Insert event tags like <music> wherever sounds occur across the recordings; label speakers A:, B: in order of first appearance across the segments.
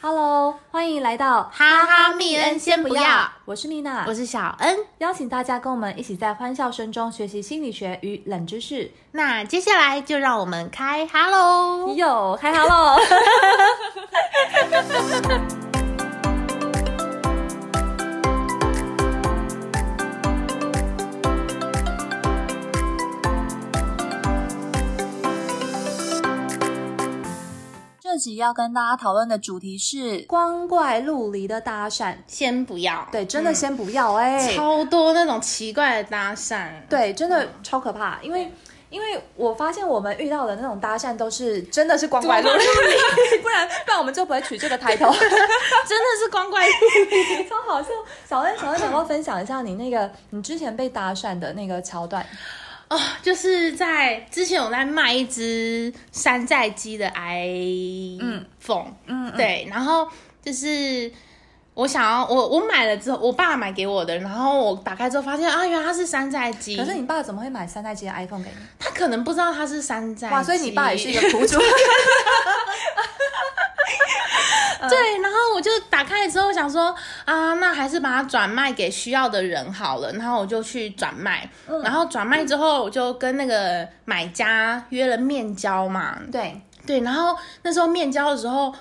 A: Hello，欢迎来到
B: 哈哈密恩先不要，
A: 我是妮娜
B: 我，是小恩。
A: 邀请大家跟我们一起在欢笑声中学习心理学与冷知识。
B: 那接下来就让我们开哈喽。
A: 哟，开哈喽！ <laughs> 这集要跟大家讨论的主题是光怪陆离的搭讪，
B: 先不要，
A: 对，真的
B: 嗯
A: 先不要哎、
B: 超多那种奇怪的搭讪，
A: 对，真的超可怕，因为。因为我发现我们遇到的那种搭讪都是真的是光怪陆
B: 啊
A: 离， <laughs> 不然不然我们就不会取这个抬头，
B: 真的是光怪陆
A: <laughs> 超好笑。小恩，小恩，能够分享一下你那个你之前被搭讪的那个桥段？
B: <laughs> 哦，就是在之前我在卖一只山寨机的 iPhone，嗯，对，然后就是我想要我我买了之后，我爸买给我的，然后我打开之后发现啊，原来它是山寨机，
A: 可是你爸怎么会买三代机的 iPhone 给你？
B: 他可能不知道它是山寨机，
A: 哇，所以你爸也是一个苦主。嗯
B: 对，然后我就打开了之后想说啊，那还是把它转卖给需要的人好了。然后我就去转卖，
A: 嗯
B: 然后转卖之后我就跟那个买家约了面交嘛。
A: <laughs> 对，
B: 对，然后那时候面交的时候。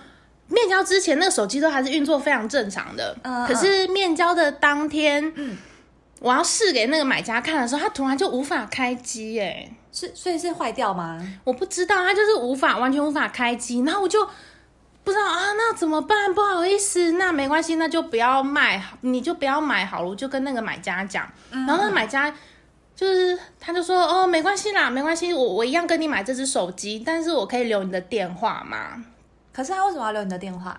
B: 面交之前，那个手机都还是运作非常正常的。
A: 嗯
B: 可是面交的当天，我要试给那个买家看的时候，他突然就无法开机、耶。
A: 是所以是坏掉吗？
B: 我不知道，他就是无法完全无法开机，然后我就不知道啊，那怎么办？不好意思，那没关系，那就不要卖，你就不要买好了，我就跟那个买家讲，
A: 嗯
B: 然后那个买家。就是，他就说哦，没关系啦，没关系，我我一样跟你买这只手机，但是我可以留你的电话嘛。
A: 可是他为什么要留你的电话？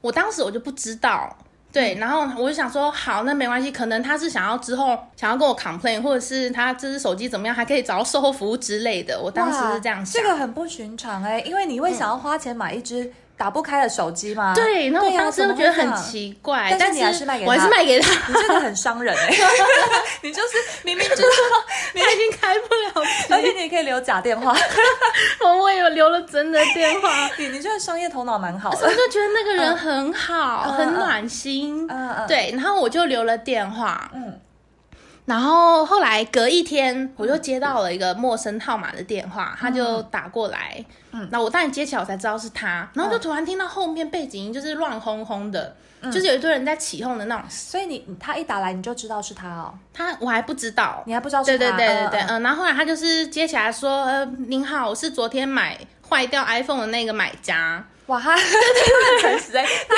B: 我当时我就不知道，
A: 嗯
B: 对，然后我就想说，好，那没关系，可能他是想要之后想要跟我 complain，或者是他这只手机怎么样，还可以找售后服务之类的。我当时
A: 哇
B: 是这样想
A: 这。个很不寻常哎、因为你会想要花钱买一只打不开的手机吗？
B: 对，那我
A: 啊呀
B: 当时
A: 怎
B: 就
A: 么
B: 觉得
A: 会这
B: 很
A: 样
B: 奇怪，
A: 但
B: 但
A: 是你还是卖给
B: 我还
A: 他
B: 是卖给他，
A: 你这个很伤人
B: <laughs>
A: 哎、你就是明明知道，
B: 他已经开不了
A: 而 <laughs>
B: 机，
A: 且你也可以留假电话，
B: 我有留了真的电话，
A: <laughs> 你你这个商业头脑蛮好
B: 我
A: 的。
B: 就觉得那个人很好，
A: 嗯
B: 很
A: 嗯
B: 暖心，
A: 嗯嗯，
B: 对，然后我就留了电话，
A: 嗯
B: 然后后来隔一天我就接到了一个陌生号码的电
A: 嗯
B: 话，他就打过来，嗯，那我当然接起来我才知道是他，
A: 嗯
B: 然后就突然听到后面背景音就是乱哄哄的，
A: 嗯
B: 就是有一堆人在起哄的那种，
A: 所以你他一打来你就知道是他哦，
B: 他我还不知道，
A: 你还不知道
B: 对
A: 是
B: 对
A: 他。
B: 对对
A: 嗯
B: 对，
A: 嗯
B: 嗯、然后后来他就是接起来说，呃，您好，我是昨天买坏掉 iPhone 的那个买家，
A: 哇，他他很诚实哎，他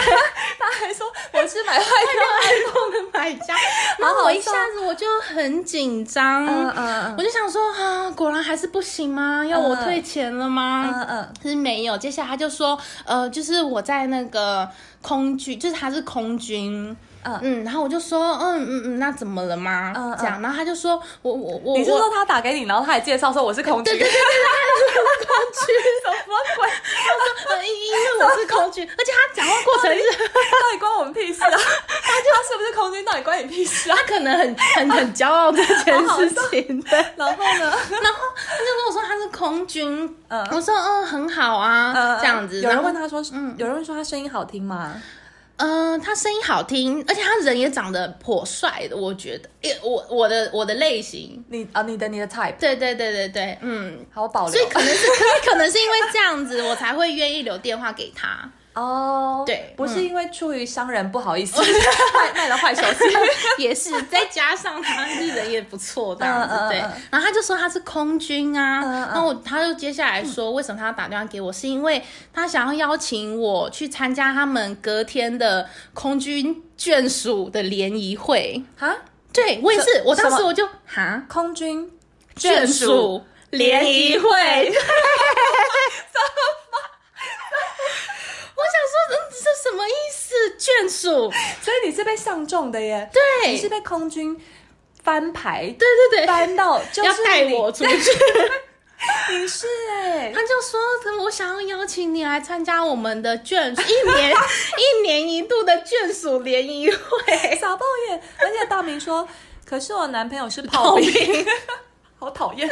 A: 他还说我是买坏掉，
B: 买家，
A: 好
B: 然
A: 好
B: 后我一
A: 笑
B: 下子我就很紧张，
A: 嗯嗯
B: 我
A: 嗯
B: 就想说啊，果然还是不行吗？要我退钱了吗？
A: 嗯嗯，
B: 可是没有，接下来他就说，呃，就是我在那个空军，就是他是空军，
A: 嗯
B: 然后我就说，嗯嗯嗯，那怎么了吗？
A: 嗯嗯
B: 这样，然后他就说，我我我，
A: 你是
B: 我
A: 说他打给你，然后他还介绍说我是空军？对对对，他是空 <laughs> 军，什么鬼？
B: 呃因因为我是空军，而且他讲话过程是
A: 到底关我们屁事啊？ <laughs> 他他是不是空军？到底关你屁事 <laughs> 啊？
B: 他可能很很很骄傲这件事情，
A: <laughs>
B: 对。
A: 然后呢？
B: 他就跟我说他是空军，
A: 嗯
B: 我说嗯很好啊，
A: 嗯
B: 这样子。
A: 有
B: 然
A: 人
B: 后
A: 问，他说，嗯，有人问说他声音好听吗？
B: 嗯、他声音好听，而且他人也长得颇帅的，我觉得，诶我我的我的类型，
A: 你啊，你的你的 type
B: 对对对对对，嗯，
A: 好保留
B: 所以可能是 <laughs> 可能是因为这样子，我才会愿意留电话给他。
A: 哦，
B: 对
A: 不是
B: 嗯
A: 因为出于商人不好意思 <laughs> 卖卖了坏
B: <laughs>
A: 手机， <laughs>
B: 也是，再加上他是人也不错，这样子
A: 嗯嗯嗯
B: 对。然后他就说他是空军啊，
A: 嗯嗯
B: 然后我他就接下来说，啊为什么他要打电话给我，是因为他想要邀请我去参加他们隔天的空军眷属的联谊会。
A: 哈，
B: 对我也
A: 什
B: 是，我当
A: 什
B: 时
A: 么
B: 我就哈
A: 空军
B: 眷属联
A: <laughs>
B: 谊会。我想说，嗯，这什么意思？眷属，
A: 所以你是被上中的耶，
B: 对，
A: 你是被空军翻牌
B: 对对对，
A: 翻到，就
B: 要
A: 是
B: 带
A: 你
B: 我出去。
A: 你是哎
B: <laughs> 他，就说：“我想要邀请你来参加我们的眷属一
A: <laughs>
B: 年一年一度的眷属联谊会。
A: <laughs> 傻爆眼，而且大明 <laughs> 说，可是我男朋友是炮
B: 好
A: 兵， <laughs>
B: 评。
A: 好讨 <laughs> 啊厌，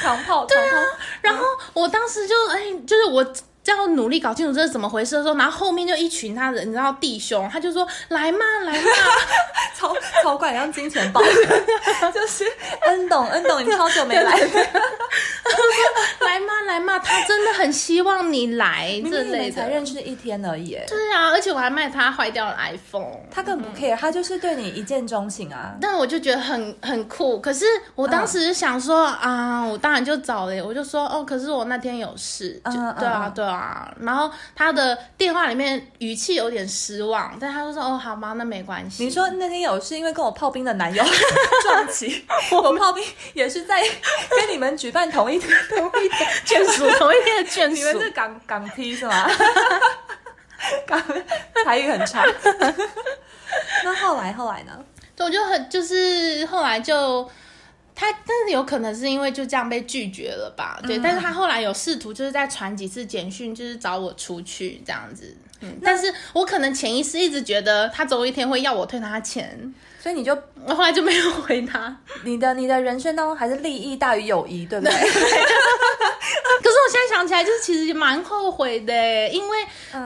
A: 扛炮，扛炮，
B: 然后我当时就哎，就是我这样努力搞清楚这是怎么回事的时候，然后后面就一群他的你知道弟兄，他就说来嘛来嘛，
A: 超超怪，像金钱豹， <laughs> 就是啊恩董，恩董，你超久没来，
B: 来嘛来嘛，他真的很希望你来
A: 明
B: 这
A: 明你
B: 类
A: 们才
B: 的。
A: 认识一天而已，哎
B: 对啊，而且我还卖他坏掉的 iPhone。
A: 他根本不 care，他就是对你一见钟情啊。
B: 但我就觉得很很酷，可是我当时想说
A: 嗯
B: 啊、我当然就找了，我就说哦，可是我那天有事，就
A: 嗯嗯
B: 对啊
A: 嗯
B: 对啊。然后他的电话里面语气有点失望，但他就说哦，好吧，那没关系。
A: 你
B: <laughs>
A: 说那天有是因为跟我炮兵的男友撞齐， <laughs> 我炮兵也是在跟你们举办同一天，同一天
B: 眷属同一天的眷
A: 你们
B: 属
A: 是，港港 T 是吗？ <laughs> 港台语很差。 <laughs> 那后来后来呢？
B: 对，我就很就是后来就。他，但是有可能是因为就这样被拒绝了吧？对，但是他后来有试图就是再传几次简讯，就是找我出去这样子。嗯，但是我可能潜意识一直觉得他总有一天会要我退他钱，
A: 所以你就
B: 我后来就没有回他。
A: 你的你的人生当中还是利益大于友谊，对不对？<laughs>
B: <laughs> 可是我现在想起来，就是其实蛮后悔的耶，因为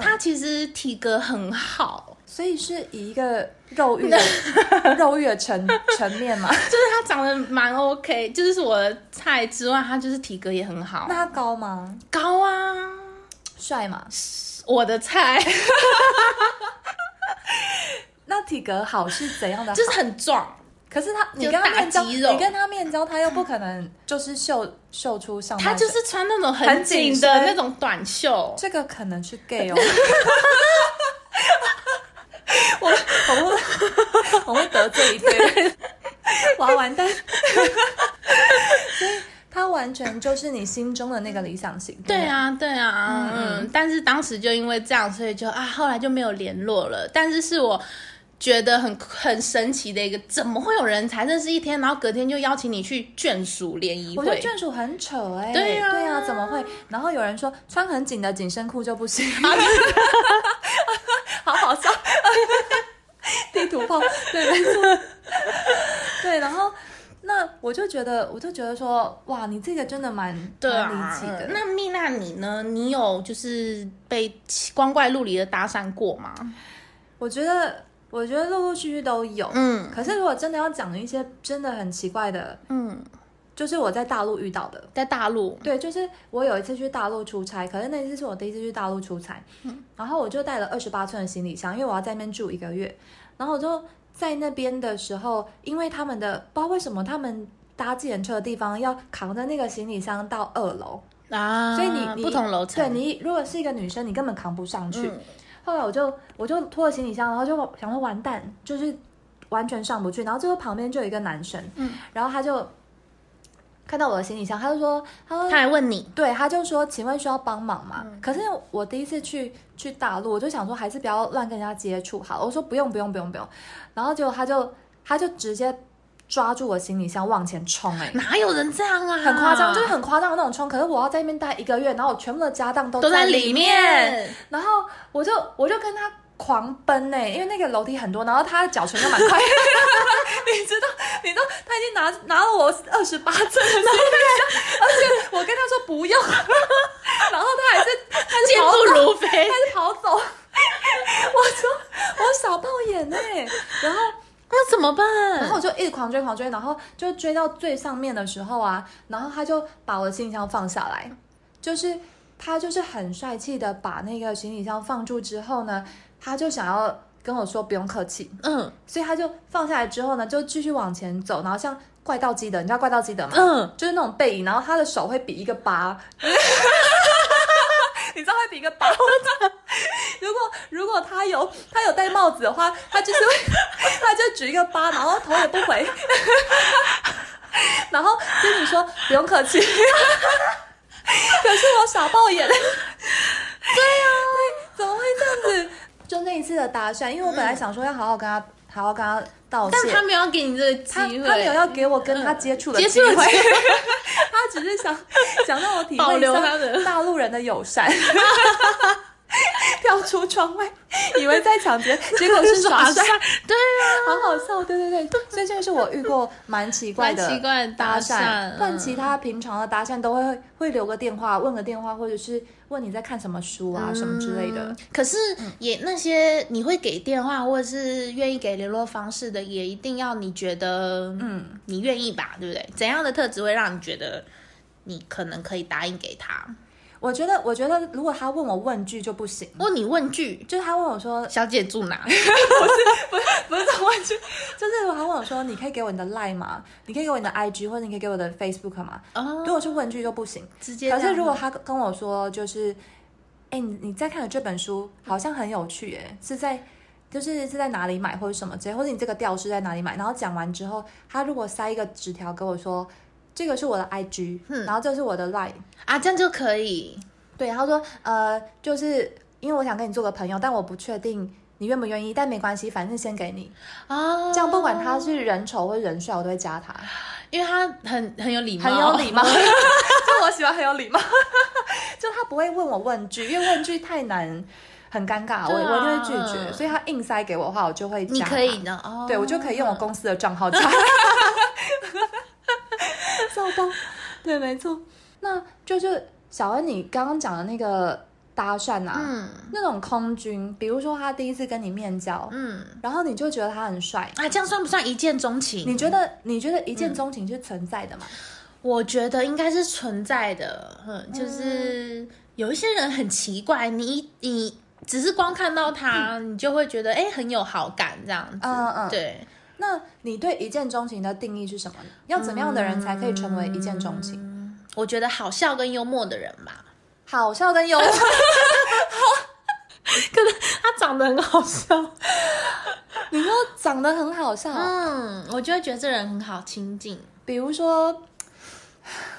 B: 他其实体格很好，
A: 所以是以一个肉 <laughs> 欲的肉欲的层层面嘛？
B: 就是他长得蛮 OK，就是是我的菜之外，他就是体格也很好
A: 那，他高吗？
B: 高啊，
A: 帅吗？
B: 我的菜， <laughs>
A: 那体格好是怎样的好？
B: 就是很壮。
A: 可是他，你
B: 就
A: 跟他
B: 大
A: 面交，
B: 肌肉
A: 你跟他面交，他又不可能就是秀秀出上半
B: 他
A: 身，
B: 就是穿那种
A: 很
B: 很
A: 紧
B: 紧
A: 身
B: 的那种短袖，
A: 这个可能是 gay 哦。 <laughs> 我我会我会得罪一堆人， <laughs> 哇完蛋！所以他完全就是你心中的那个理想型。
B: 对
A: 不，
B: 啊，对啊，嗯但是当时就因为这样，所以就啊，后来就没有联络了。但是是我觉得很很神奇的一个，怎么会有人才认识一天，然后隔天就邀请你去眷属联谊
A: 我觉得
B: 会？
A: 眷属很扯哎、
B: 对啊
A: 对啊，怎么会？然后有人说穿很紧的紧身裤就不
B: <laughs>
A: 行，好好笑， <laughs> 地图炮，对，没错，对，然后。那我就觉得，我就觉得说，哇，你这个真的蛮
B: 对
A: 蛮
B: 啊
A: 离奇的。，
B: 那蜜娜你呢？你有就是被光怪陆离的搭讪过吗？
A: 我觉得，我觉得陆陆续续都有。
B: 嗯
A: 可是如果真的要讲一些真的很奇怪的，
B: 嗯，
A: 就是我在大陆遇到的。
B: 在大陆，
A: 对，就是我有一次去大陆出差，可是那一次是我第一次去大陆出差，
B: 嗯
A: 然后我就带了二十八寸的行李箱，因为我要在那边住一个月。然后我就在那边的时候，因为他们的不知道为什么他们搭计程车的地方要扛着那个行李箱到二楼，
B: 啊，
A: 所以你你
B: 不同楼层，
A: 对你如果是一个女生，你根本扛不上去。
B: 嗯
A: 后来我就我就拖着行李箱，然后就想说完蛋，就是完全上不去。然后最后旁边就有一个男生，
B: 嗯
A: 然后他就看到我的行李箱，他就说，他说
B: 他还问你，
A: 对，他就说：“请问需要帮忙吗？”可是我第一次去去大陆，我就想说还是不要乱跟人家接触好了。我说不用不用不用不用，然后结果他就他就直接抓住我行李箱往前冲、
B: <laughs>
A: 哎，
B: 哪有人这样啊？
A: 很夸张，就是很夸张的那种冲。可是我要在那边待一个月，然后我全部的家当都
B: 都在
A: 里
B: 里面。
A: 然后我就我就跟他狂奔呢、因为那个楼梯很多，然后他的脚程就蛮快。你知道，你知道他已经拿拿了我二十八寸的行李箱，而且我跟他说不用， <laughs> 然后他还是他是
B: 健
A: 跑走
B: 步如飞
A: 他。是跑走。我 <laughs> 说我傻爆眼呢、然后
B: 那怎么办？
A: 然后我就一直狂追狂追，然后就追到最上面的时候啊，然后他就把我的行李箱放下来，就是他就是很帅气的把那个行李箱放住之后呢，他就想要跟我说不用客气，
B: 嗯
A: 所以他就放下来之后呢，就继续往前走，然后像怪盗基德，你知道怪盗基德吗？
B: 嗯，
A: 就是那种背影，然后他的手会比一个
B: <laughs>
A: 八，你知道会比一个八。如果如果他有他有戴帽子的话，他就是会， <laughs> 他就举一个八，然后头也不回， <laughs> 然后跟你说不用客气。 <laughs> 可是我傻爆眼，对呀、
B: 啊
A: 对，怎么会这样子？就那一次的搭讪，因为我本来想说要好好跟他，好好跟他道
B: 嗯但
A: 谢
B: 他，没有给你这个机
A: 他
B: 会，嗯
A: 他没有要给我跟他接触的
B: 接
A: 机
B: 触的
A: 会
B: 机，会
A: <laughs> 他只是
B: <laughs>
A: 想想让我体
B: 保
A: 会一
B: 留他
A: 下
B: 的
A: <laughs> 大陆人的友善，跳出窗外，以为在抢劫，结果
B: <laughs>
A: 是耍帅，
B: 对啊，
A: 好好笑。对对对，所以这个是我遇过蛮奇怪的
B: 蛮奇怪的搭
A: 搭
B: 讪
A: 讪，不然
B: 嗯
A: 其他平常的搭讪都会会留个电话，问个电话，或者是问你在看什么书啊、什么之类的
B: 嗯。可是也那些你会给电话或者是愿意给联络方式的，也一定要你觉得，嗯，你愿意吧，对不对？怎样的特质会让你觉得你可能可以答应给他？
A: 我觉得，我觉得如果他问我问句就不行，
B: 问你问句，
A: 就是他问我说，
B: 小姐住哪？
A: <laughs> 不是这种问句， <laughs> 就是他问我说，你可以给我你的 line 吗？你可以给我你的 IG，或者你可以给我的 Facebook 吗？
B: 哦，
A: 如果是问句就不行。
B: 直接这
A: 可
B: 样。
A: 是如果他跟我说，就是，哎、你你在看的这本书好像很有趣，耶，是在就是是在哪里买或者什么之类，或者你这个调是在哪里买？然后讲完之后，他如果塞一个纸条给我说，这个是我的 IG，、然后这是我的 Line，
B: 啊，这样就可以，
A: 对，他说，呃，就是因为我想跟你做个朋友，但我不确定。你愿不愿意？但没关系，反正先给你。
B: 哦，
A: 这样不管他是人丑或人帅，我都会加他，
B: 因为他很很有礼貌，
A: 很有礼
B: <laughs>
A: 貌。就我喜欢很有礼貌， <laughs> 就他不会问我问句，因为问句太难，很尴尬，我、
B: 对啊
A: 我就会拒绝。
B: 嗯
A: 所以他硬塞给我的话，我就会加
B: 你
A: 他
B: 可以的哦，
A: 对我就可以用我公司的账号加。 <laughs> 笑到，对，没错。那就是小恩，你刚刚讲的那个搭讪啊，
B: 嗯
A: 那种空军，比如说他第一次跟你面交，
B: 嗯
A: 然后你就觉得他很帅，
B: 啊，这样算不算一见钟情？
A: 你觉得你觉得一见钟嗯情是存在的吗？
B: 我觉得应该是存在的，嗯，就是有一些人很奇怪，你你只是光看到他，你就会觉得哎、很有好感这样子，
A: 嗯嗯
B: 对，
A: 那你对一见钟情的定义是什么呢？要怎么样的人才可以成为一见钟情？
B: 我觉得好笑跟幽默的人吧，
A: 好笑 <laughs> 跟幽默，
B: 他长得很好笑，
A: 你说长得很好笑，
B: 嗯，我就会觉得这人很好亲近。
A: 比如说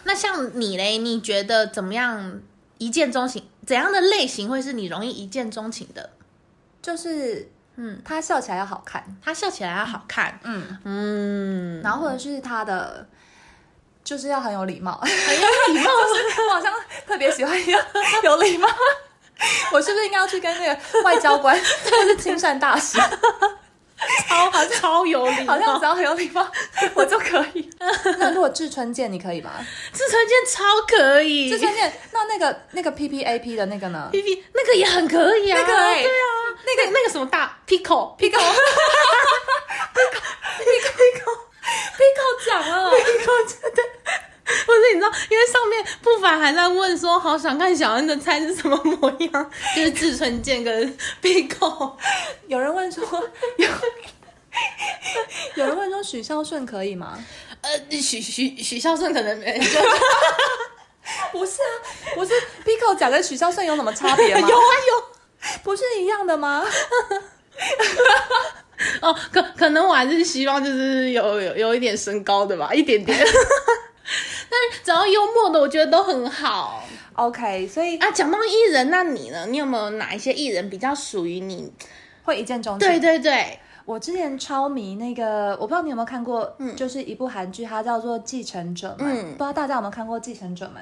B: 那像你嘞，你觉得怎么样一见钟情？怎样的类型会是你容易一见钟情的？
A: 就是，嗯，他笑起来要好看，
B: 他笑起来要好看，
A: 嗯，
B: 嗯， <laughs>
A: 然后或者是他的。就是要很有礼貌， <laughs>
B: 很有礼貌，
A: 我好像特别喜欢要有礼貌。我是不是应该要去跟那个外交 <laughs> 官或是亲善大使？
B: 超好超有礼貌，
A: 好像只要很有礼貌，我就可 <laughs> 以。那如果志春健，你可以吗？
B: 志成健超可以，
A: 志春健，那那个那个 P P A P 的那个呢？
B: P P 那个也很可以啊，
A: 那个欸
B: 对啊，那个那个什么大 Pico Pico
A: Pico 讲
B: 啊
A: 了，
B: <laughs> 不是你知道，因为上面不凡还在问说，好想看小恩的菜是什么模样， <laughs> 就是志村健跟 Pico，
A: <laughs> 有人问说，有 <laughs> 有人问说许孝顺可以吗？
B: 呃，许许许孝顺可能没
A: 不是啊，不是 Pico 讲跟许孝顺有什么差别
B: <laughs> 有啊
A: 吗？
B: 有
A: 不是一样的吗？
B: 哦，可可能我还是希望就是有有有一点身高的吧，一点 <laughs> 点，但是只要幽默的，我觉得都很好。
A: OK，所以
B: 啊，讲到艺人，那你呢？你有没有哪一些艺人比较属于你？
A: 会一见钟情。
B: 对对对，
A: 我之前超迷那个，我不知道你有没有看过，就是一部韩剧，它叫做《继承者们》，
B: 嗯
A: 不知道大家有没有看过《继承者们》？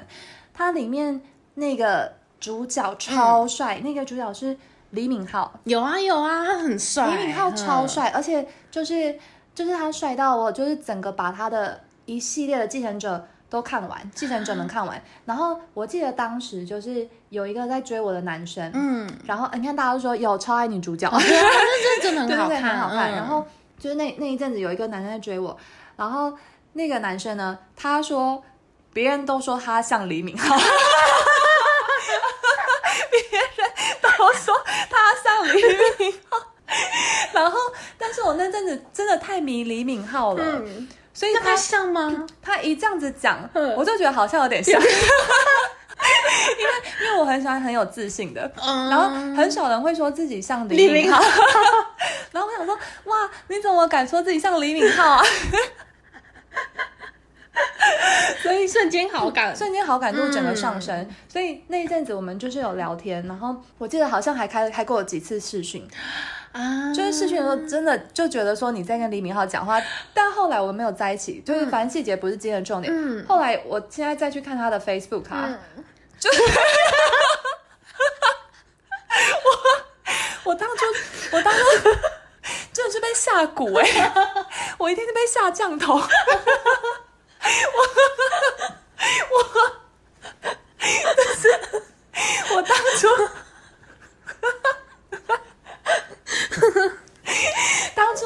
A: 它里面那个主角超帅，那个主角是李敏镐，
B: 有啊有啊，他很帅，
A: 李敏镐超帅，而且就是就是他帅到我，就是整个把他的一系列的继承者都看完，继承者们看完。然后我记得当时就是有一个在追我的男生， <laughs>
B: 嗯。嗯，
A: 然后呃你看大家都说有超爱女主角，
B: 对啊，那真的
A: 对对
B: 很好
A: 对，
B: 看，
A: 很好看。
B: 嗯
A: 然后就是那那一阵子有一个男生在追我，然后那个男生呢，他说别人都说他像李敏镐，别人都说他像李敏镐。然后，但是我那阵子真的太迷李敏镐了，
B: 嗯，
A: 所以
B: 那
A: 他
B: 他像吗？
A: 他一这样子讲，
B: 嗯
A: 我就觉得好像有
B: <laughs>
A: 点像，因为因为我很喜欢很有自信的，
B: 嗯，
A: 然后很少人会说自己像李
B: 李
A: 敏
B: 敏
A: 镐， <laughs> 然后我想说，哇，你怎么敢说自己像李敏镐啊？ <laughs> 所以
B: 瞬间好感，
A: 瞬间好感度整个上升，所以那一阵子我们就是有聊天，然后我记得好像还开开过几次视讯，
B: 啊，
A: 就是视讯的时候真的就觉得说你在跟李敏镐讲话，但后来我们没有在一起，就是反正细节不是今天的重点。
B: 嗯
A: 后来我现在再去看他的 Facebook 啊，
B: 嗯
A: 就是 <laughs> 我当初，我当初真的是被下蛊哎、我一定是被下降头。 <laughs> 我我，我当初，当初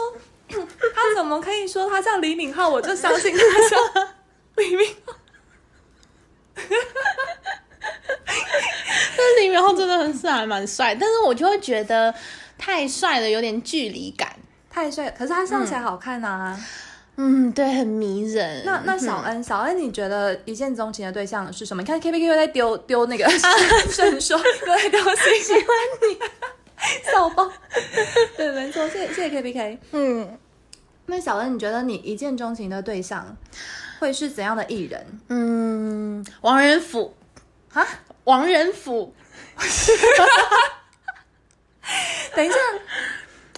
A: <clears throat> 他怎么可以说他像李敏镐，我就相信他像李敏镐？
B: <laughs> 但是李元浩真的很是还蛮帅，但是我就会觉得太帅了有点距离感。
A: 太帅了，可是他唱起来好看啊。
B: 嗯，对，很迷人。
A: 那那小恩，小恩，你觉得一见钟情的对象是什么？你看 K P K 又在丢丢那 <laughs> 个圣说，又在丢信息，喜欢你， <laughs> 笑爆。对，没错，谢谢谢谢 K P K。
B: 嗯
A: 那小恩，你觉得你一见钟情的对象会是怎样的艺人？
B: 嗯，王仁甫，
A: 啊？
B: 王仁甫
A: 等一下，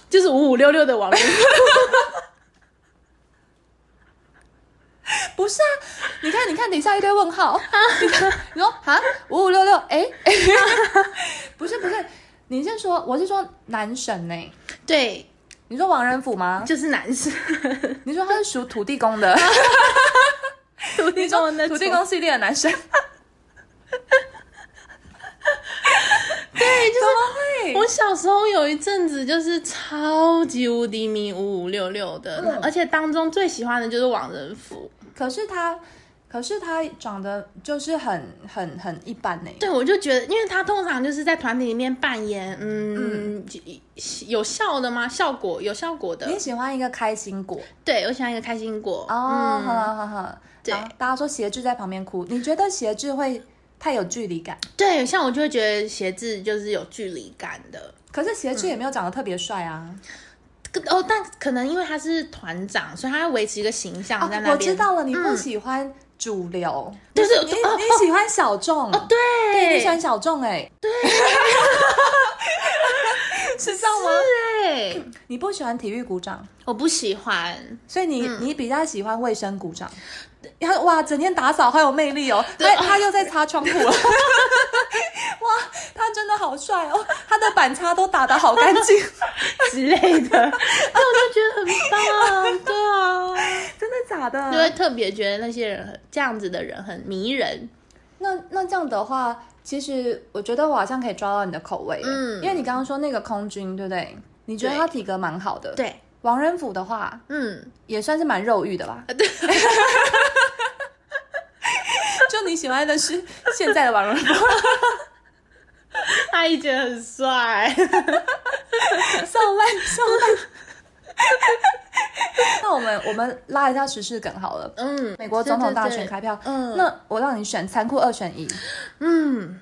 B: 就是五五六六的王仁甫。
A: 不是啊？你看，你看，底下一堆问号。
B: <laughs>
A: 你看，你说啊，五五六六，哎，哎不是不是，你是说我是说男神呢、
B: 对，
A: 你说王仁甫吗？
B: 就是男生，
A: 你说他是属土地公
B: <laughs>
A: 的？
B: 土地公的哦那种
A: 土 <laughs> 地公系列的男生，
B: 对，就是
A: 怎么
B: 我小时候有一阵子就是超级无敌迷五五六六的，
A: 嗯
B: 而且当中最喜欢的就是王仁甫。
A: 可是他，可是他长得就是很很很一般呢、
B: 对，我就觉得，因为他通常就是在团体里面扮演，嗯，有效的吗？效果有效果
A: 你
B: 的。
A: 喜欢一个开心果
B: 对，我喜欢一个开心果。
A: 哦，
B: 嗯
A: 好好好好。
B: 对
A: 然后大家说鞋志在旁边哭，你觉得鞋志会太有距离感？
B: 对，像我就会觉得鞋子就是有距离感的。
A: 可是鞋志也没有长得特别帅啊。
B: 嗯可哦，但可能因为他是团长，所以他要维持一个形象啊在那边。
A: 哦我知道了，你不喜欢主流，
B: 对对
A: 你
B: 哦哦
A: 你喜欢小众，
B: 对，
A: 对，你喜欢小众哎、对， <laughs> 是这样吗？
B: 对，
A: 你不喜欢体育鼓掌。
B: 我不喜欢。
A: 所以你、
B: 嗯
A: 你比较喜欢卫生股长，他哇，整天打扫好有魅力哦，他他又在擦窗户了， <laughs> 哇，他真的好帅哦，他的板擦都打得好干净，
B: <laughs> 之类的， <laughs> 但哎我就觉得很棒，对啊，
A: 真的假
B: 就会
A: 的？
B: 特别觉得那些人很这样子的人很迷人，
A: 那那这样的话，其实我觉得我好像可以抓到你的口味，嗯，
B: 嗯
A: 因为你刚刚说那个空军，对不对？你觉得他体格蛮好的，。
B: 对，
A: 王仁甫的话，
B: 嗯，
A: 也算是蛮肉欲的吧？对。 <laughs> 就你喜欢的是现在的王仁甫。
B: <laughs> 他以前很帅，
A: 上班上班。 <laughs> 那我们我们拉一下时事梗好了。
B: 嗯，
A: 美国总统大选开票，
B: 嗯
A: 那我让你选残酷二选一。
B: 嗯，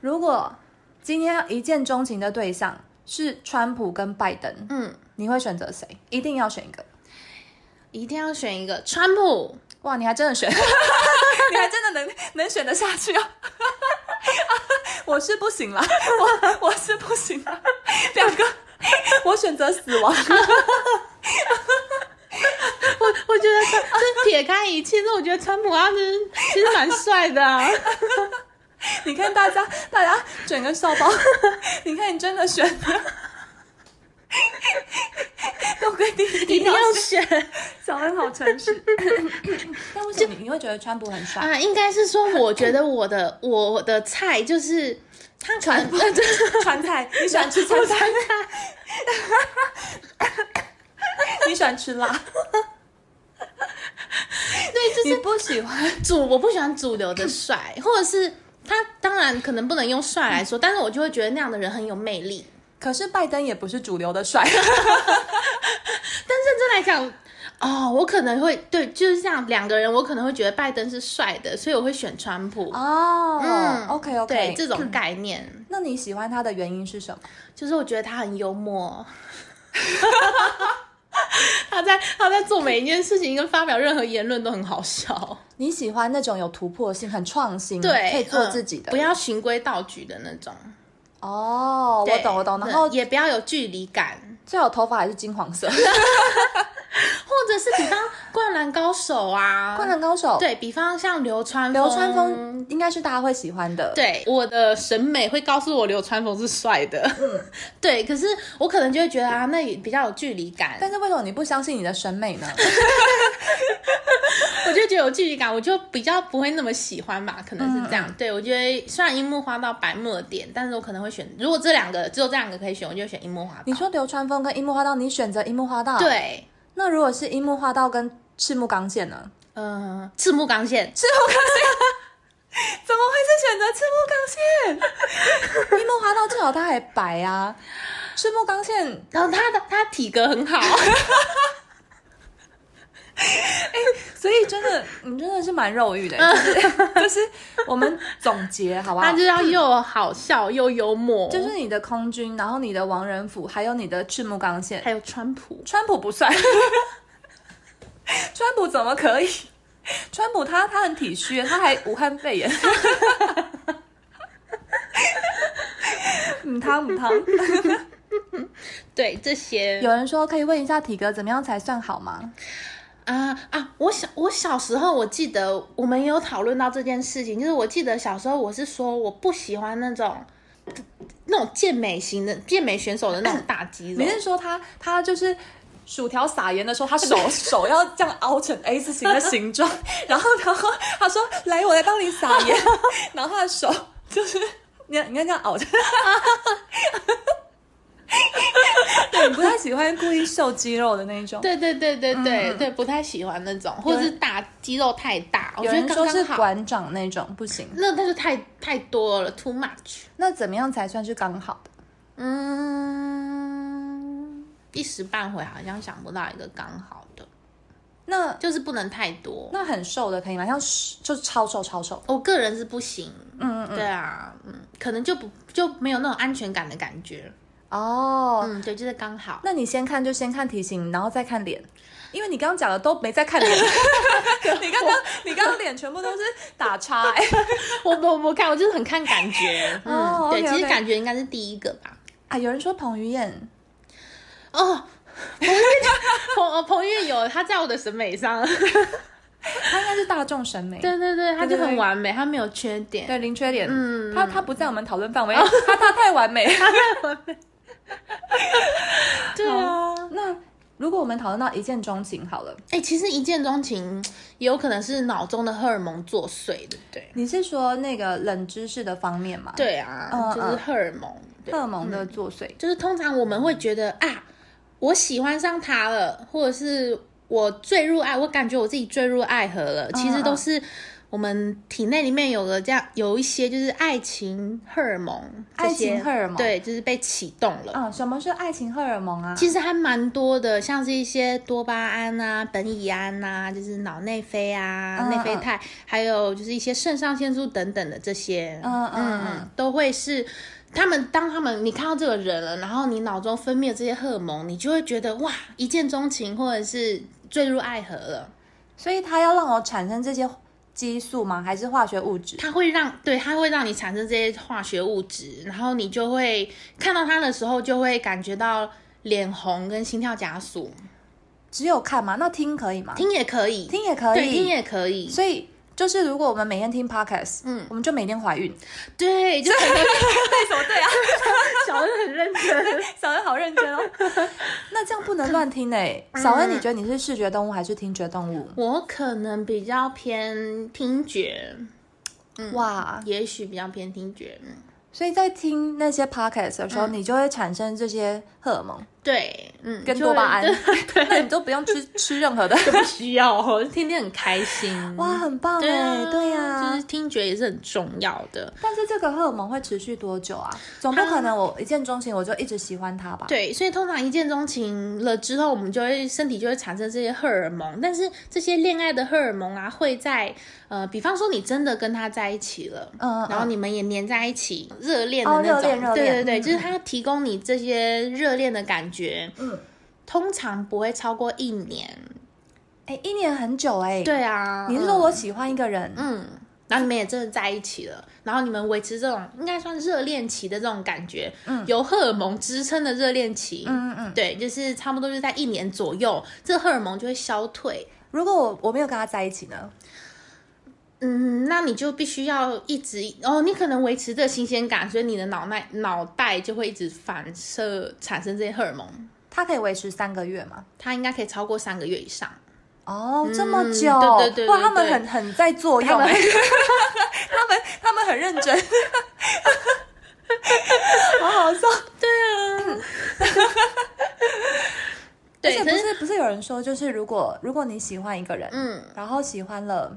A: 如果今天一见钟情的对象是川普跟拜登，
B: 嗯，
A: 你会选择谁？一定要选一个。
B: 一定要选一个川普，
A: 哇，你还真的选， <laughs> 你还真的能能选得下去啊！ <laughs> 我是不行啦，我我是不行啦，两个，我选择死亡。
B: 我我觉得他 <laughs> 就撇开一切，那我觉得川普他真其实蛮帅的、 <laughs> 啊，
A: 你看大家，大家整个笑包， <laughs> 你看你真的选的，都规定一
B: 一定
A: 定要
B: 要
A: 选。
B: 选
A: 小恩好诚实。但为什么你你会觉得川普很帅？
B: 啊，应该是说，我觉得我的我的菜就是他可能。呃对
A: 川菜，你喜欢吃川菜？你喜欢吃辣？
B: 对，就是
A: 你不喜欢？
B: 主我不喜欢主流的
A: <laughs>
B: 帅，或者是他当然可能不能用帅来说，但是我就会觉得那样的人很有魅力。
A: 可是拜登也不是主流的帅，
B: 但认真来讲，哦，我可能会对，就是这样两个人，我可能会觉得拜登是帅的，所以我会选川普。
A: 哦。
B: 嗯
A: o k
B: 对
A: OK，
B: 这种概念，
A: 那你喜欢他的原因是什么？
B: 就是我觉得他很
A: <laughs>
B: 幽默。他在他在做每一件事情跟发表任何言论都很好笑，
A: 你喜欢那种有突破性、很创新，
B: 对，
A: 嗯可以做
B: 嗯
A: 自己的，
B: 不要循规蹈矩的那种。
A: 哦，我
B: 对
A: 懂我懂。
B: 对
A: 然后
B: 也不要有距离感， <laughs>
A: 最好头发还是金黄色。
B: 或者是比方光灌篮高手啊，
A: 灌篮高手，
B: 对比方像流川
A: 流川枫应该是大家会喜欢的。
B: 对，我的审美会告诉我流川枫是帅的，
A: 嗯
B: <laughs> 对。可是我可能就会觉得啊，那也比较有距离感，
A: 但是为什么你不相信你的审美呢？
B: <laughs> 我就觉得有距离感，我就比较不会那么喜欢吧，可能是这样。
A: 嗯
B: 对我觉得虽然樱木花道白目的点，但是我可能会选，如果这两个只有这两个可以选，我就选樱木花道。
A: 你说流川枫跟樱木花道，你选择樱木花道。，
B: 对，
A: 那如果是樱木花道跟赤木刚宪呢？
B: 嗯、 <laughs> 赤木刚宪，
A: 赤木刚宪。 <laughs> 怎么会是选择赤木刚宪？樱 <laughs> 木花道至少他还白啊，赤木刚宪
B: 然后他的他体格很
A: <laughs>
B: 好，
A: 所以真的，你真的是蛮肉欲的，就是 <laughs> 就是我们总结好不好
B: 他就？是要又好笑又幽默，
A: 就是你的空军，然后你的王仁甫，还有你的赤木刚宪，
B: 还有川普，
A: 川普不算， <laughs> 川普怎么可以？川普他他很体虚，他还武汉肺炎。 <laughs> 嗯，汤嗯汤。
B: 对这些
A: 有人说可以问一下体格怎么样才算好吗？
B: 啊啊！我小我小时候，我记得我们也有讨论到这件事情，就是我记得小时候我是说我不喜欢那种那种健美型的健美选手的那种大肌肉
A: 你，是说他他就是薯条撒盐的时候，他手 <laughs> 手要这样凹成 A 字形的形
B: <laughs>
A: 状，然后然后他说来我来帮你撒盐， <laughs> 然后他的手就是你看你看这样凹着。 <laughs> 对，你不太喜欢故意秀肌肉的那一种。，
B: 对对对对
A: 嗯
B: 对、对，不太喜欢那种，或者是大肌肉太大，我
A: 有
B: 觉得
A: 人说
B: 刚
A: 是
B: 刚好。
A: 馆长那种不行，
B: 那但是太太多了，too much。
A: 那怎么样才算是刚好的？
B: 嗯，一时半会好像想不到一个刚好的，
A: 那
B: 就是不能太多。
A: 那很瘦的可以吗？像是就是超瘦超瘦，
B: 我哦个人是不行，嗯嗯，对啊，嗯，可能就不就没有那种安全感的感觉，
A: 哦、
B: 嗯，对，就是刚好，
A: 那你先看就先看体型，然后再看脸，因为你刚刚讲的都没在看 <laughs> 脸。你刚刚你刚刚脸全部都是打叉、欸。
B: 我我我看我就是很看感 <laughs> 觉，嗯，
A: 哦
B: 对，
A: OK，OK
B: 其实感觉应该是第一个吧，
A: 啊，有人说彭于晏，
B: 哦。 <laughs> 彭呃彭于晏有他在我的审美上，
A: 他应该是大众审美。
B: <laughs> 对对对，他就
A: 对对
B: 很完美，他没有缺点，
A: 对零缺点，
B: 嗯
A: 他他不在我们讨论范围，他他太完 <laughs> 美了。
B: 对啊，
A: 那如果我们讨论到一见钟情好了，
B: 哎、其实一见钟情也有可能是脑中的荷尔蒙作祟，对不对？
A: 你是说那个冷知识的方面吗？，
B: 对啊，
A: 嗯
B: 就是荷尔蒙，对
A: 荷尔蒙的作祟。
B: 就是通常我们会觉得啊，我喜欢上他了，或者是我坠入爱，我感觉我自己坠入爱河了，其
A: 嗯
B: 实都是我们体内里面有个这样有一些就是爱情荷尔蒙，这些
A: 爱情荷尔蒙
B: 对，就是被启动了。
A: 嗯，什么是爱情荷尔蒙啊？
B: 其实还蛮多的，像是一些多巴胺啊、苯乙胺啊，就是脑内啡啊、
A: 嗯
B: 内啡肽，还有就是一些肾上腺素等等的这些，
A: 嗯嗯嗯，
B: 都会是他们当他们你看到这个人了，然后你脑中分泌的这些荷尔蒙，你就会觉得哇，一见钟情或者是坠入爱河了。
A: 所以它要让我产生这些激素吗？还是化学物质？
B: 它会让对，它会让你产生这些化学物质，然后你就会看到它的时候，就会感觉到脸红跟心跳加速。
A: 只有看吗？那听可以吗？
B: 听也可以，
A: 听也可以，
B: 对，听也可以，
A: 所以就是，如果我们每天听 podcast，嗯，我们就每天怀孕。
B: 对，就很
A: 对什么对啊？
B: 小恩很认真。 <laughs>
A: 小恩好认真哦。 <laughs> 那这样不能乱听哎、小恩，你觉得你是视觉动物还是听觉动物？
B: 我可能比较偏听觉，
A: 哇！
B: 也许比较偏听觉，嗯，
A: 嗯所以在听那些 podcast 的时候，你就会产生这些荷尔蒙
B: 对，嗯，
A: 跟
B: 就
A: 多巴胺
B: 会对，，
A: 那你都不用吃吃任何的。
B: 就不需要哦，天天很开心。
A: <laughs> 哇，很棒
B: 对
A: 哎、
B: 啊，
A: 对呀、啊。
B: 就是听觉也是很重要的。
A: 但是这个荷尔蒙会持续多久啊？总不可能我一见钟情我就一直喜欢他吧？
B: 对，所以通常一见钟情了之后，我们就会身体就会产生这些荷尔蒙，但是这些恋爱的荷尔蒙啊，会在呃，比方说你真的跟他在一起了，
A: 嗯嗯
B: 然后你们也黏在一起，热恋
A: 哦
B: 的那
A: 热
B: 种，
A: 恋热
B: 对对
A: 恋
B: 对，
A: 嗯
B: 就是他提供你这些热恋的感觉，
A: 嗯，
B: 通常不会超过一年，
A: 哎、一年很久哎、
B: 对啊，
A: 你是说我喜欢一个人，
B: 嗯。嗯然后你们也真的在一起了，然后你们维持这种应该算热恋期的这种感觉，嗯，由荷尔蒙支撑的热恋期，嗯
A: 嗯嗯，
B: 对，就是差不多就在一年左右，这荷尔蒙就会消退，
A: 如果我我没有跟他在一起呢？
B: 嗯，那你就必须要一直哦，你可能维持这新鲜感，所以你的脑袋脑袋就会一直反射产生这些荷尔蒙。
A: 他可以维持三个月吗？
B: 它应该可以超过三个月以上。
A: 哦，这
B: 嗯
A: 么久，
B: 对对对
A: 哇，
B: 对
A: 他们
B: 对
A: 很很在作用、
B: 他们
A: <laughs> 欸，他们他们很认真， <laughs> 好好笑。而
B: 对，
A: 且
B: 可
A: 不
B: 是
A: 是不是有人说，就是如果如果你喜欢一个人，
B: 嗯，
A: 然后喜欢了，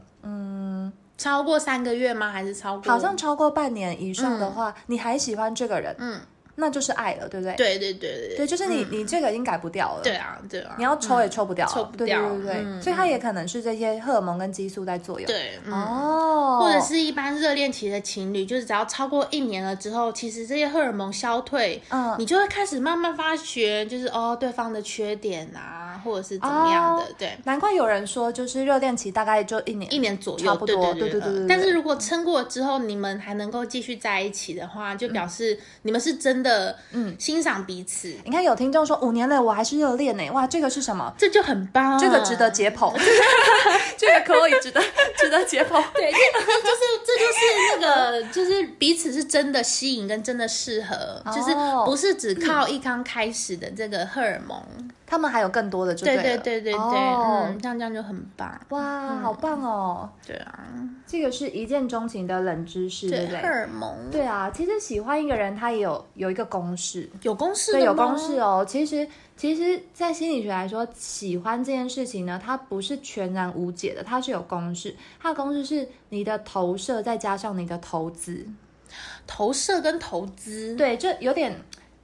B: 超过三个月吗？还是超过？
A: 好像超过半年以上的话，你还喜欢这个人，
B: 嗯，
A: 那就是爱了，对嗯不对？
B: 对对对对
A: 对，就是你、你这个已经改不掉了。
B: 对。啊对啊，
A: 你要抽也抽不掉了、
B: 抽不掉
A: 对对对对对、
B: 嗯
A: 所以它也可能是这些荷尔蒙跟激素在作用。，
B: 对嗯。
A: 哦，
B: 或者是一般热恋期的情侣，就是只要超过一年了之后，其实这些荷尔蒙消退，
A: 嗯
B: 你就会开始慢慢发觉，就是哦对方的缺点啊，或者是怎么样的，
A: 哦
B: 对，
A: 难怪有人说，就是热恋期大概就一年。
B: 一年左右，
A: 差不多
B: 对
A: 对对对
B: 嗯
A: 对对
B: 但是如果撑过之后，你们还能够继续在一起的话，
A: 嗯
B: 就表示你们是真的嗯欣赏彼此，
A: 你看有听众说五年了我还是热恋呢，哇，这个是什么？
B: 这就很棒，啊
A: 这个值得解
B: <laughs>
A: 剖， <laughs> 这个可以值得 <laughs> 值得解剖。
B: 对，这这就是这就是那个，就是彼此是真的吸引跟真的适合，就是
A: 哦
B: 不是只靠一刚开始的这个荷尔蒙。
A: 他们还有更多的就
B: 对
A: 了
B: 对对对对，
A: 哦
B: 嗯，这样这样就很棒。
A: 哇，好棒哦！
B: 对啊，
A: 这个是一见钟情的冷知识，对
B: 对
A: 不
B: 荷
A: 对？
B: 尔蒙
A: 对啊，其实喜欢一个人，他也有有一个公式，
B: 有公式的
A: 对，有
B: 吗
A: 公式哦。其实，其实，在心理学来说，喜欢这件事情呢，它不是全然无解的，它是有公式。它的公式是你的投射再加上你的投资，
B: 投射跟投资。
A: 对，这有点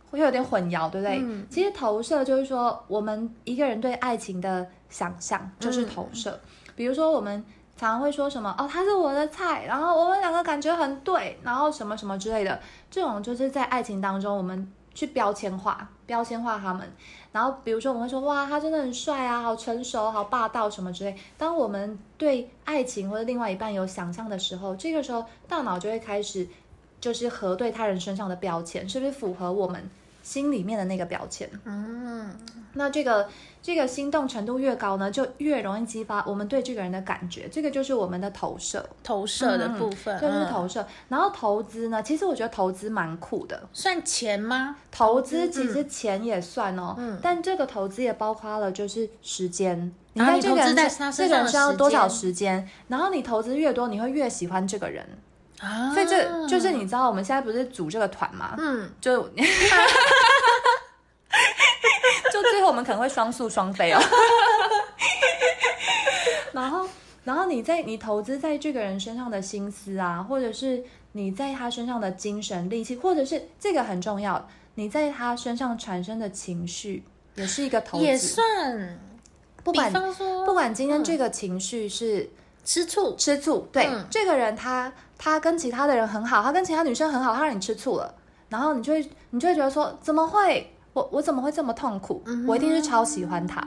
A: 会有点混淆，对不对？
B: 嗯
A: 其实投射就是说，我们一个人对爱情的想象就是投射。比如说，我们常常会说什么“哦，他是我的菜”，然后我们两个感觉很对，然后什么什么之类的，这种就是在爱情当中我们去标签化、标签化他们。然后比如说我们会说哇，他真的很帅啊，好成熟，好霸道什么之类。当我们对爱情或者另外一半有想象的时候，这个时候大脑就会开始就是核对他人身上的标签是不是符合我们心里面的那个标签。
B: 嗯，
A: 那这个这个心动程度越高呢，就越容易激发我们对这个人的感觉，这个就是我们的投射，
B: 投射的部分
A: 这就是
B: 嗯
A: 投射。然后投资呢，其实我觉得投资蛮酷的，
B: 算钱吗？
A: 投资其实钱也算哦，但这个投资也包括了就是时间。你
B: 啊
A: 在
B: 你
A: 这个
B: 投资
A: 人
B: 在
A: 身
B: 他
A: 这
B: 身
A: 个人
B: 上的
A: 身上
B: 时
A: 多少
B: 间
A: 时间，然后你投资越多，你会越喜欢这个人。
B: 啊，
A: 所以这就是你知道我们现在不是组这个团嘛，
B: 嗯，
A: 就 <laughs> 就最后我们可能会双宿双飞哦。 <laughs> 然后，然后你在你投资在这个人身上的心思啊，或者是你在他身上的精神力气，或者是这个很重要，你在他身上产生的情绪也是一个投资。
B: 也算。
A: 不
B: 比
A: 管
B: 方嗯说，
A: 不管今天这个情绪是
B: 吃醋，
A: 吃醋，对、
B: 嗯
A: 这个人他他跟其他的人很好，他跟其他女生很好，他让你吃醋了，然后你就会你就会觉得说怎么会我我怎么会这么痛苦？
B: 嗯
A: 我一定是超喜欢他，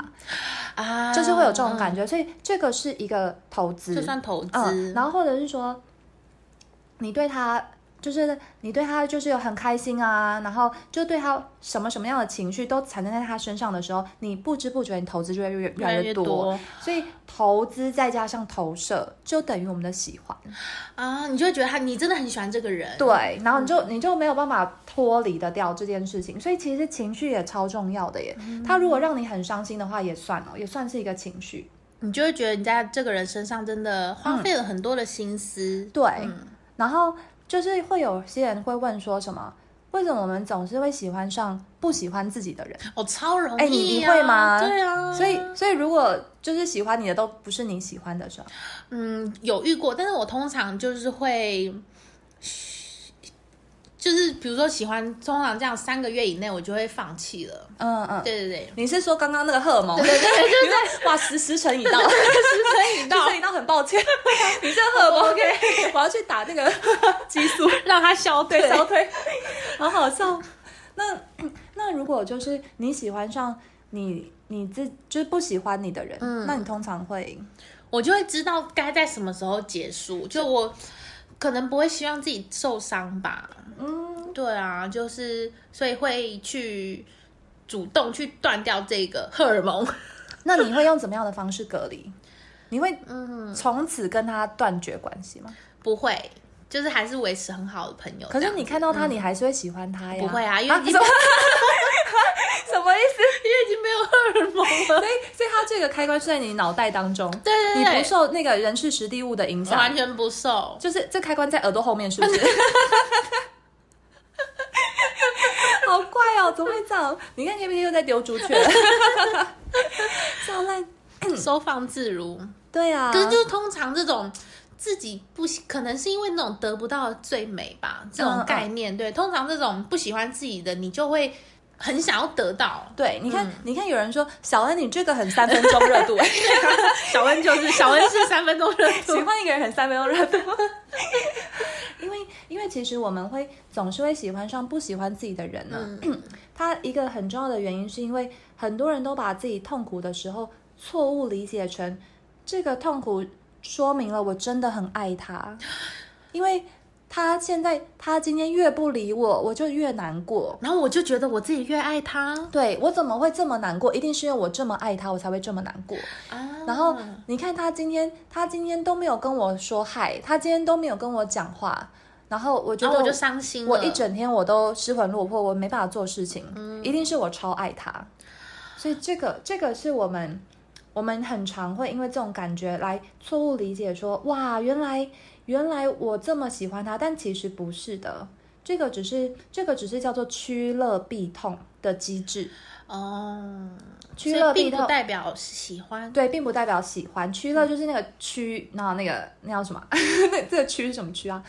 B: 啊，
A: 就是会有这种感觉，所以这个是一个投资，
B: 这算投资。
A: 嗯，然后或者是说你对他。就是你对他就是有很开心啊，然后就对他什么什么样的情绪都产生在他身上的时候，你不知不觉你投资就会越越来越多，所以投资再加上投射，就等于我们的喜欢。
B: 啊，你就会觉得他，你真的很喜欢这个人。
A: 对，然后你
B: 嗯
A: 就你就没有办法脱离得掉这件事情，所以其实情绪也超重要的耶。
B: 嗯
A: 它如果让你很伤心的话，也算哦，也算是一个情绪。
B: 你就会觉得你在这个人身上真的花费了很多的心思。
A: 嗯对，
B: 嗯
A: 然后就是会有些人会问说什么？为什么我们总是会喜欢上不喜欢自己的人？
B: 哦，超容易、啊。
A: 哎你你会吗
B: 对啊，
A: 所以，所以如果就是喜欢你的都不是你喜欢的时候，
B: 嗯，有遇过，但是我通常就是会。就是比如说喜欢，通常这样三个月以内我就会放弃了。
A: 嗯嗯，
B: 对对对，
A: 你是说刚刚那个荷尔蒙？
B: 对
A: <laughs>
B: 对对
A: 对对，哇，时时辰已
B: <laughs>
A: 到，<laughs>
B: 时辰已啊
A: 时辰已到，很抱歉，你这荷尔蒙 OK，我 <laughs> 要去打那个激素。
B: <laughs> 让它消退。 <laughs>
A: 消退， <laughs> 好好笑。那那如果就是你喜欢上你你自就是不喜欢你的人，
B: 嗯
A: 那你通常会
B: <laughs> 我就会知道该在什么时候结束。就我可能不会希望自己受伤吧。嗯，对啊，就是所以会去主动去断掉这个荷尔蒙。 <laughs>
A: 那你会用怎么样的方式隔离？ <laughs> 你会
B: 嗯
A: 从此跟他断绝关系吗？
B: 不会，就是还是维持很好的朋友。
A: 可
B: 这
A: 是
B: 样
A: 你
B: 子
A: 看到他，你还是会喜欢他呀？
B: 嗯不会啊，因为已经、 <laughs>
A: 什么 <laughs> 什么意思？ <laughs>
B: 因为已经没有荷尔蒙了，
A: 所以，所以他这个开关是在你脑袋当中，
B: <laughs> 对对对
A: 你不受那个人事实地物的影
B: 我完
A: 响，
B: 全不瘦。
A: 就是这开关在耳朵后面，是
B: <laughs>
A: 不是？好怪哦，怎么会这样？你看 K P T 又在丢猪圈，
B: <laughs>
A: 笑烂。
B: 收放自如。
A: 对啊，。
B: 可是就是通常这种自己不喜，可能是因为那种得不到的最美吧，这种概念。对，通常这种不喜欢自己的，你就会很想要得到
A: 对，你看，
B: 嗯
A: 你看，有人说小恩，你这个 <laughs> 很三
B: <laughs>
A: 分钟热度，
B: 小恩就是 <laughs> 小恩是三分钟热
A: 喜欢一个人很三分钟热度， <laughs> 因为因为其实我们会总是会喜欢上不喜欢自己的人呢、啊
B: 嗯
A: 它一个很重要的原因是因为很多人都把自己痛苦的时候错误理解成这个痛苦说明了我真的很爱他， <gasps> 因为他现在他今天越不理我，我就越难过。
B: 然后我就觉得我自己越爱他
A: 对我怎么会这么难过？一定是因为我这么爱他，我才会这么难过。
B: 啊
A: 然后你看他今天，他今天都没有跟我说嗨，他今天都没有跟我讲话，然后我觉
B: 然
A: 得
B: 后我就伤心了。
A: 我一整天我都失魂落魄，我没办法做事情，一定是我超爱他，所以这个这个是我们我们很常会因为这种感觉来错误理解说，哇，原来原来我这么喜欢他，但其实不是的，这个只是这个只是叫做趋乐避痛的机制，
B: 哦，
A: 趋
B: 所
A: 乐
B: 以
A: 避
B: 并不
A: 痛。
B: 代表喜欢。
A: 对，并不代表喜欢。趋乐就是那个趋，然后那个那叫什么？ <laughs> 那这个趋是什么趋啊？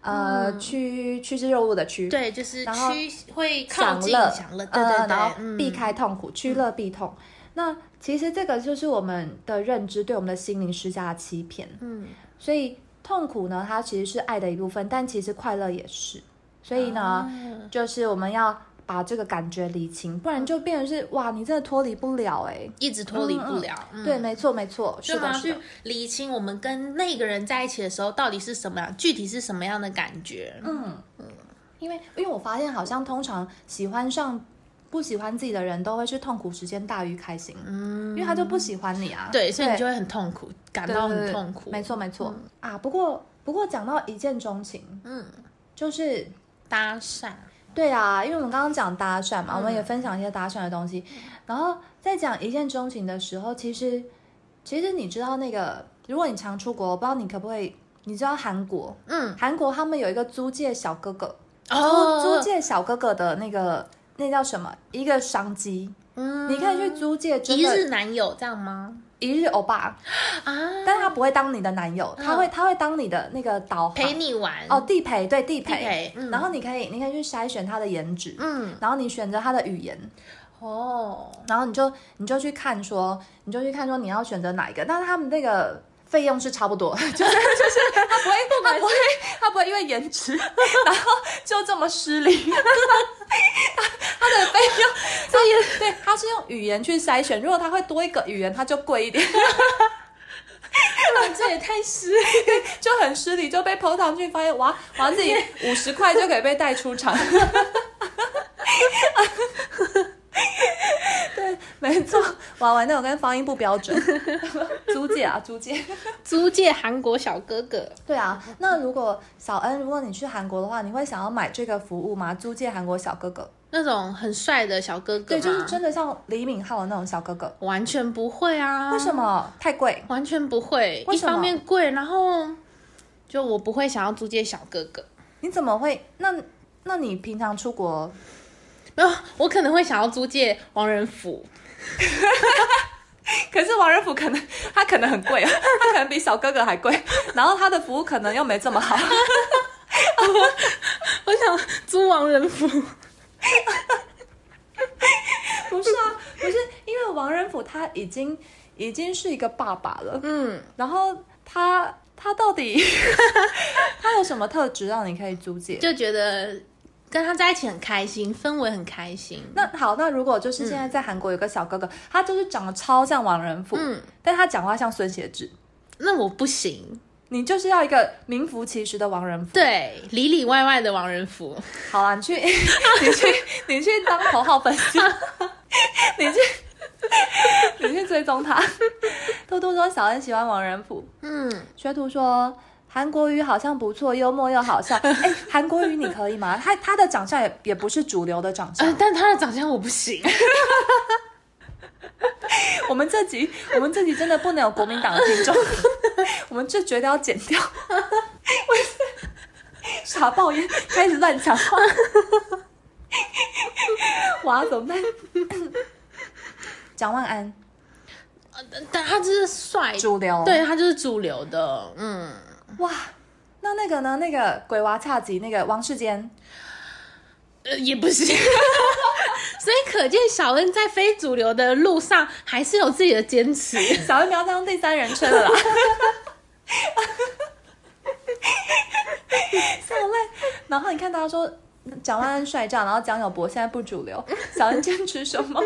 A: 呃，趋趋之若鹜的趋。
B: 对，就是
A: 然后
B: 趋会靠
A: 享
B: 近
A: 乐，
B: 享乐，对
A: 呃
B: 对
A: 然后
B: 对，嗯
A: 避开痛苦，趋乐避痛。那其实这个就是我们的认知对我们的心灵施加的欺骗。
B: 嗯，
A: 所以痛苦呢，它其实是爱的一部分，但其实快乐也是。所以呢，
B: 啊
A: 就是我们要把这个感觉理清，不然就变成是哇，你真的脱离不了哎、
B: 一直脱离不
A: 嗯嗯
B: 了。嗯啊
A: 对，没错，没错，是
B: 就好
A: 的，
B: 像
A: 是
B: 去
A: 的，
B: 理清我们跟那个人在一起的时候到底是什么样，具体是什么样的感觉。嗯，
A: 因为因为我发现好像通常喜欢上不喜欢自己的人都会是痛苦时间大于开心，嗯，因为他就不喜欢你啊，
B: 对，所以你就会很痛苦，感
A: 对
B: 到
A: 对
B: 很
A: 对
B: 痛苦。嗯
A: 没错没错、啊。不过不过讲到一见钟情，嗯，就是
B: 搭讪，
A: 对啊，因为我们刚刚讲搭讪嘛，我
B: 嗯
A: 们也分享一些搭讪的东西。然后在讲一见钟情的时候，其实其实你知道那个，如果你常出国，我不知道你可不可以，你知道韩国，
B: 嗯，
A: 韩国他们有一个租借小哥哥，租租
B: 哦，
A: 借小哥哥的那个那叫什么？一个商机，
B: 嗯，
A: 你可以去租借真
B: 一
A: 的
B: 日男友这样吗？
A: 一日欧巴，
B: 啊，
A: 但他不会当你的男友，他会他会当你的那个导
B: 嗯陪
A: 航。
B: 你玩
A: 哦，，地陪对地陪，
B: 地陪嗯
A: 然后你可以你可以去筛选他的颜值，
B: 嗯，
A: 然后你选择他的语言，
B: 哦，
A: 然后你就你就去看说，你就去看说你要选择哪一个，但是他们那个费用是差不多， <laughs> 就是就是他不会他不会他不会因为颜值， <laughs> 然后就这么失礼， <laughs> 他他的费用他也对他是用语言去筛选，如果他会多一个语言，他就贵 <laughs> 一点，
B: 这也太湿。
A: 就很失礼，就被抛上去，发现哇哇自己五十块就可以被带出场。对， <laughs> 没错，哇玩那种跟发音不标准， <laughs> 租借啊租借。
B: 租借韩国小哥哥，
A: 对啊，那如果小恩，如果你去韩国的话，你会想要买这个服务吗？租借韩国小哥哥，
B: 那种很帅的小哥哥
A: 对，
B: 吗，
A: 就是真的像李敏镐的那种小哥哥。
B: 完全不会啊。
A: 为什么太贵？
B: 完全不会，
A: 为
B: 一
A: 什么
B: 方面贵，然后就我不会想要租借小哥哥，
A: 你怎么会？那那你平常出国
B: 没有，我可能会想要租借王仁甫，
A: 可是王仁甫可能他可能很贵哦，他可能比小哥哥还贵，然后他的服务可能又没这么好。
B: 我想租王仁甫，
A: 不是啊，不是因为王仁甫他已经已经是一个爸爸了，
B: 嗯，
A: 然后他他到底 <laughs> 他有什么特质让你可以租借？
B: 就觉得跟他在一起很开心，氛围很开心。
A: 那好，那如果就是现在在韩国有个小哥哥，他就是长得超像王仁甫，
B: 嗯，
A: 但他讲话像孙协志，
B: 那我不行，
A: 你就是要一个名副其实的王仁甫。
B: 对，里里外外的王仁甫，
A: 好啦，你去， <laughs> 你去，你去当头号粉丝，你去。你去追踪他。兔兔说小恩喜欢王仁甫，
B: 嗯，
A: 学徒说韩国瑜好像不错，幽默又好笑。哎，韩国瑜你可以吗？他他的长相也也不是主流的长相
B: 呃。但他的长相我不行，
A: 我们这集我们这集真的不能有国民党的听众，我们这绝对要剪掉。 <laughs> 我是傻爆音开始乱讲话，哇怎么办？蒋万安
B: 但他就是帅，
A: 主流，
B: 对他就是主流的，嗯，
A: 哇，那那个呢？那个鬼娃恰吉那个王世坚，
B: 呃也不 <laughs> 行。所以可见小恩在非主流的路上还是有自己的坚持。
A: <laughs> 小恩不要再用第三人称了啦。笑烂。然后你看大家说蒋万安帅照，然后蒋友柏现在不主流，小恩坚持什么？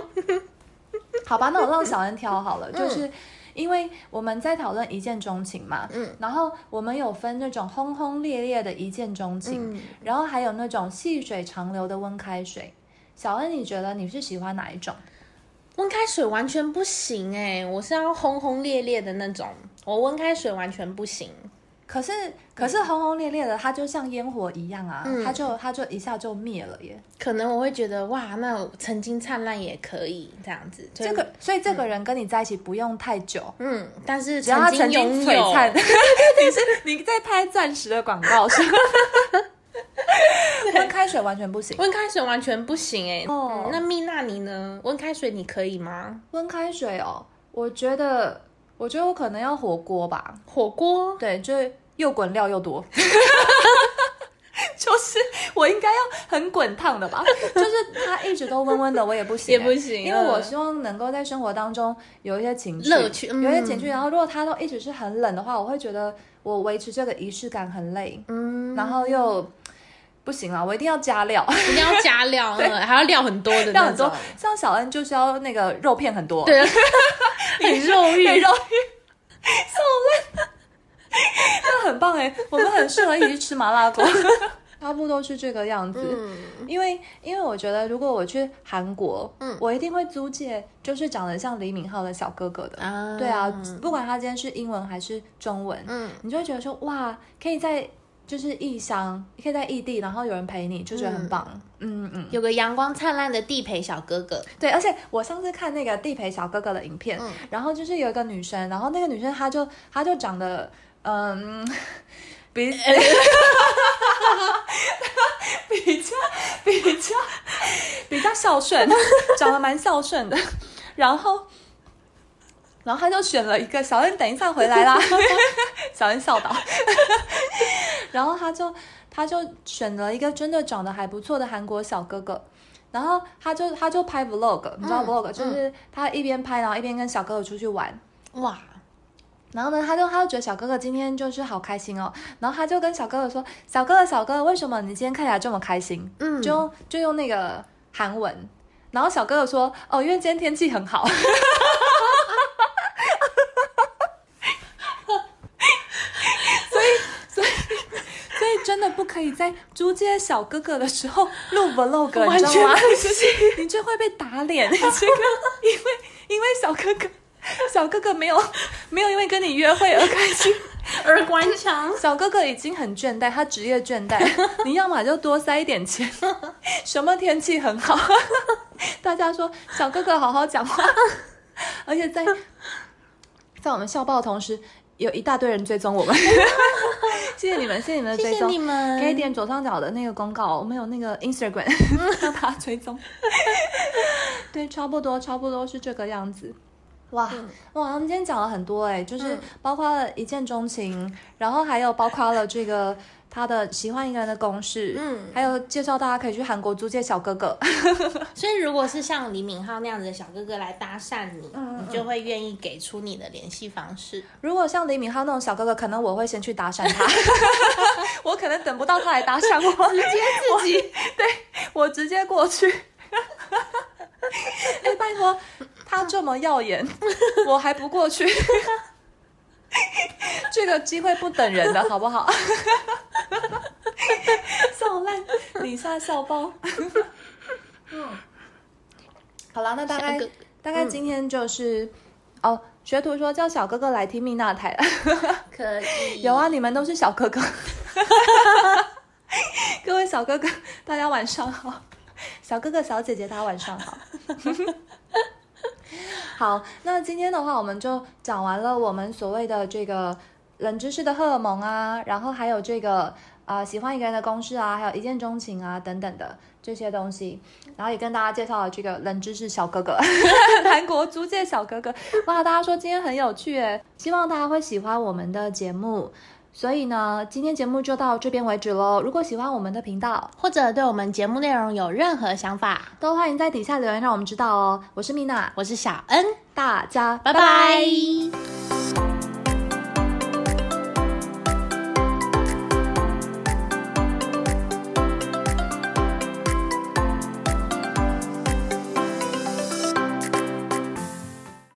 A: 好吧，那我让小恩挑好了，就是。因为我们在讨论一见钟情嘛，嗯，然后我们有分那种轰轰烈烈的一见钟情，然后还有那种细水长流的温开水。小恩，你觉得你是喜欢哪一种？
B: 温开水完全不行哎、我是要轰轰烈烈的那种，我温开水完全不行。
A: 可是可是轰轰烈烈的，它就像烟火一样啊，
B: 嗯
A: 它就它就一下就灭了耶。
B: 可能我会觉得哇，那曾经灿烂也可以这样子。就
A: 这个，所以这个人跟你在一起不用太久，
B: 嗯，但是
A: 只要他曾
B: 曾
A: 经
B: 拥有
A: 璀璨， <laughs> 你是你在拍钻石的广告是
B: <laughs>
A: 吗？温开水完全不行，
B: 温开水完全不行哎、
A: 哦
B: 嗯那蜜娜你呢？温开水你可以吗？
A: 温开水哦，我觉得我觉得我可能要火锅吧，
B: 火锅
A: 对，就是又滚料又
B: <laughs>
A: 多。就是我应该要很滚烫的吧，就是它一直都温温的，我也不行、
B: 也不行
A: 因为我
B: 嗯
A: 希望能够在生活当中有一些情趣，
B: 乐趣
A: 有一些
B: 嗯
A: 情趣。然后如果它都一直是很冷的话，我会觉得我维持这个仪式感很累，
B: 嗯，
A: 然后又不行啊，我一定要加料，
B: 一定要加
A: <laughs>
B: 料，嗯还要料很多的
A: 料
B: 那
A: 很
B: 种
A: 多。，像小恩就是要那个肉片很多，
B: 对
A: <laughs>
B: 很肉
A: 对，
B: 欲
A: 肉。那很棒哎，我们很适合一起去吃麻辣锅， <laughs> 差不多是这个样子。
B: 嗯
A: 因为因为我觉得，如果我去韩国，嗯，我一定会租借就是长得像李敏镐的小哥哥的。
B: 啊
A: 对啊，不管他今天是英文还是中文，
B: 嗯，
A: 你就会觉得说哇，可以在就是异乡，可以在异地，然后有人陪你，就觉得很棒。嗯嗯嗯
B: 有个阳光灿烂的地陪小哥哥，
A: 对，而且我上次看那个地陪小哥哥的影片，然后就是有一个女生，然后那个女生她就她就长得嗯。 <laughs> 比 <laughs> 比较比较比较孝顺， <laughs> 长得蛮孝顺的，然后然后他就选了一个小恩，等一下回来啦， <laughs> 小恩笑倒， <laughs> 然后他就他就选了一个真的长得还不错的韩国小哥哥，然后他就他就拍 vlog，你知道 vlog、就是他一边拍，然后一边跟小哥哥出去玩。
B: 哇，
A: 然后呢，他就他就觉得小哥哥今天就是好开心哦，然后他就跟小哥哥说：“小哥哥，小哥哥，为什么你今天看起来这么开心？”
B: 嗯
A: 就用就用那个韩文。然后小哥哥说：“哦，因为今天天气很好。” <laughs> 所以真的不可以在租借小哥哥的时候录 vlog，
B: 完
A: 你知
B: 全
A: 道吗
B: 不行？
A: 你这会被打脸， <laughs> 你这个，因为因为小哥哥，小哥哥没有没有因为跟你约会而开心，
B: <laughs> 耳关 <laughs> 枪，
A: 小哥哥已经很倦怠，他职业倦怠，你要么就多塞一点钱， <laughs> 什么天气很好， <laughs> 大家说小哥哥好好讲话， <laughs> 而且在在我们校报的同时，有一大堆人追踪我们， <laughs> 谢谢你们，谢谢你们的
B: 谢
A: 追
B: 谢
A: 踪，
B: 你们，
A: 可以点左上角的那个公告，我们有那个 <laughs> Instagram 让大家追踪。 <laughs> 对，差不多，差不多是这个样子。哇、哇，我们今天讲了很多哎、就是包括了一见钟情，然后还有包括了这个他的喜欢一个人的公式，
B: 嗯，
A: 还有介绍大家可以去韩国租借小哥 <laughs> 哥。
B: 所以，如果是像李敏镐那样子的小哥哥来搭讪你，
A: 嗯
B: 你就会愿意给出你的联系方式。
A: 如果像李敏镐那种小哥哥，可能我会先去搭讪他，我可能等不到他来搭讪我，直接自己对我直接过去。哎、拜托，他这么耀眼，我还不过去？这个机会不等人的好不好？笑烂，李莎笑包。嗯，好啦，那大概
B: 小哥
A: 大概今天就是、哦，学徒说叫小哥哥来听蜜娜台，
B: 可 <laughs> 以
A: 有啊，你们都是小哥 <laughs> 哥，各位小哥哥，大家晚上好，小哥哥小姐姐大家晚上好。 <laughs> 好，那今天的话，我们就讲完了我们所谓的这个冷知识的荷尔蒙啊，然后还有这个啊、呃喜欢一个人的公式啊，还有一见钟情啊等等的这些东西，然后也跟大家介绍了这个冷知识小哥 <laughs> 哥，韩国租界小哥哥，哇，大家说今天很有趣诶，希望大家会喜欢我们的节目。所以呢，今天节目就到这边为止喽。如果喜欢我们的频道，
B: 或者对我们节目内容有任何想法，
A: 都欢迎在底下留言让我们知道哦。我是蜜娜，
B: 我是小恩，
A: 大家
B: 拜
A: 拜
B: 拜。
A: 拜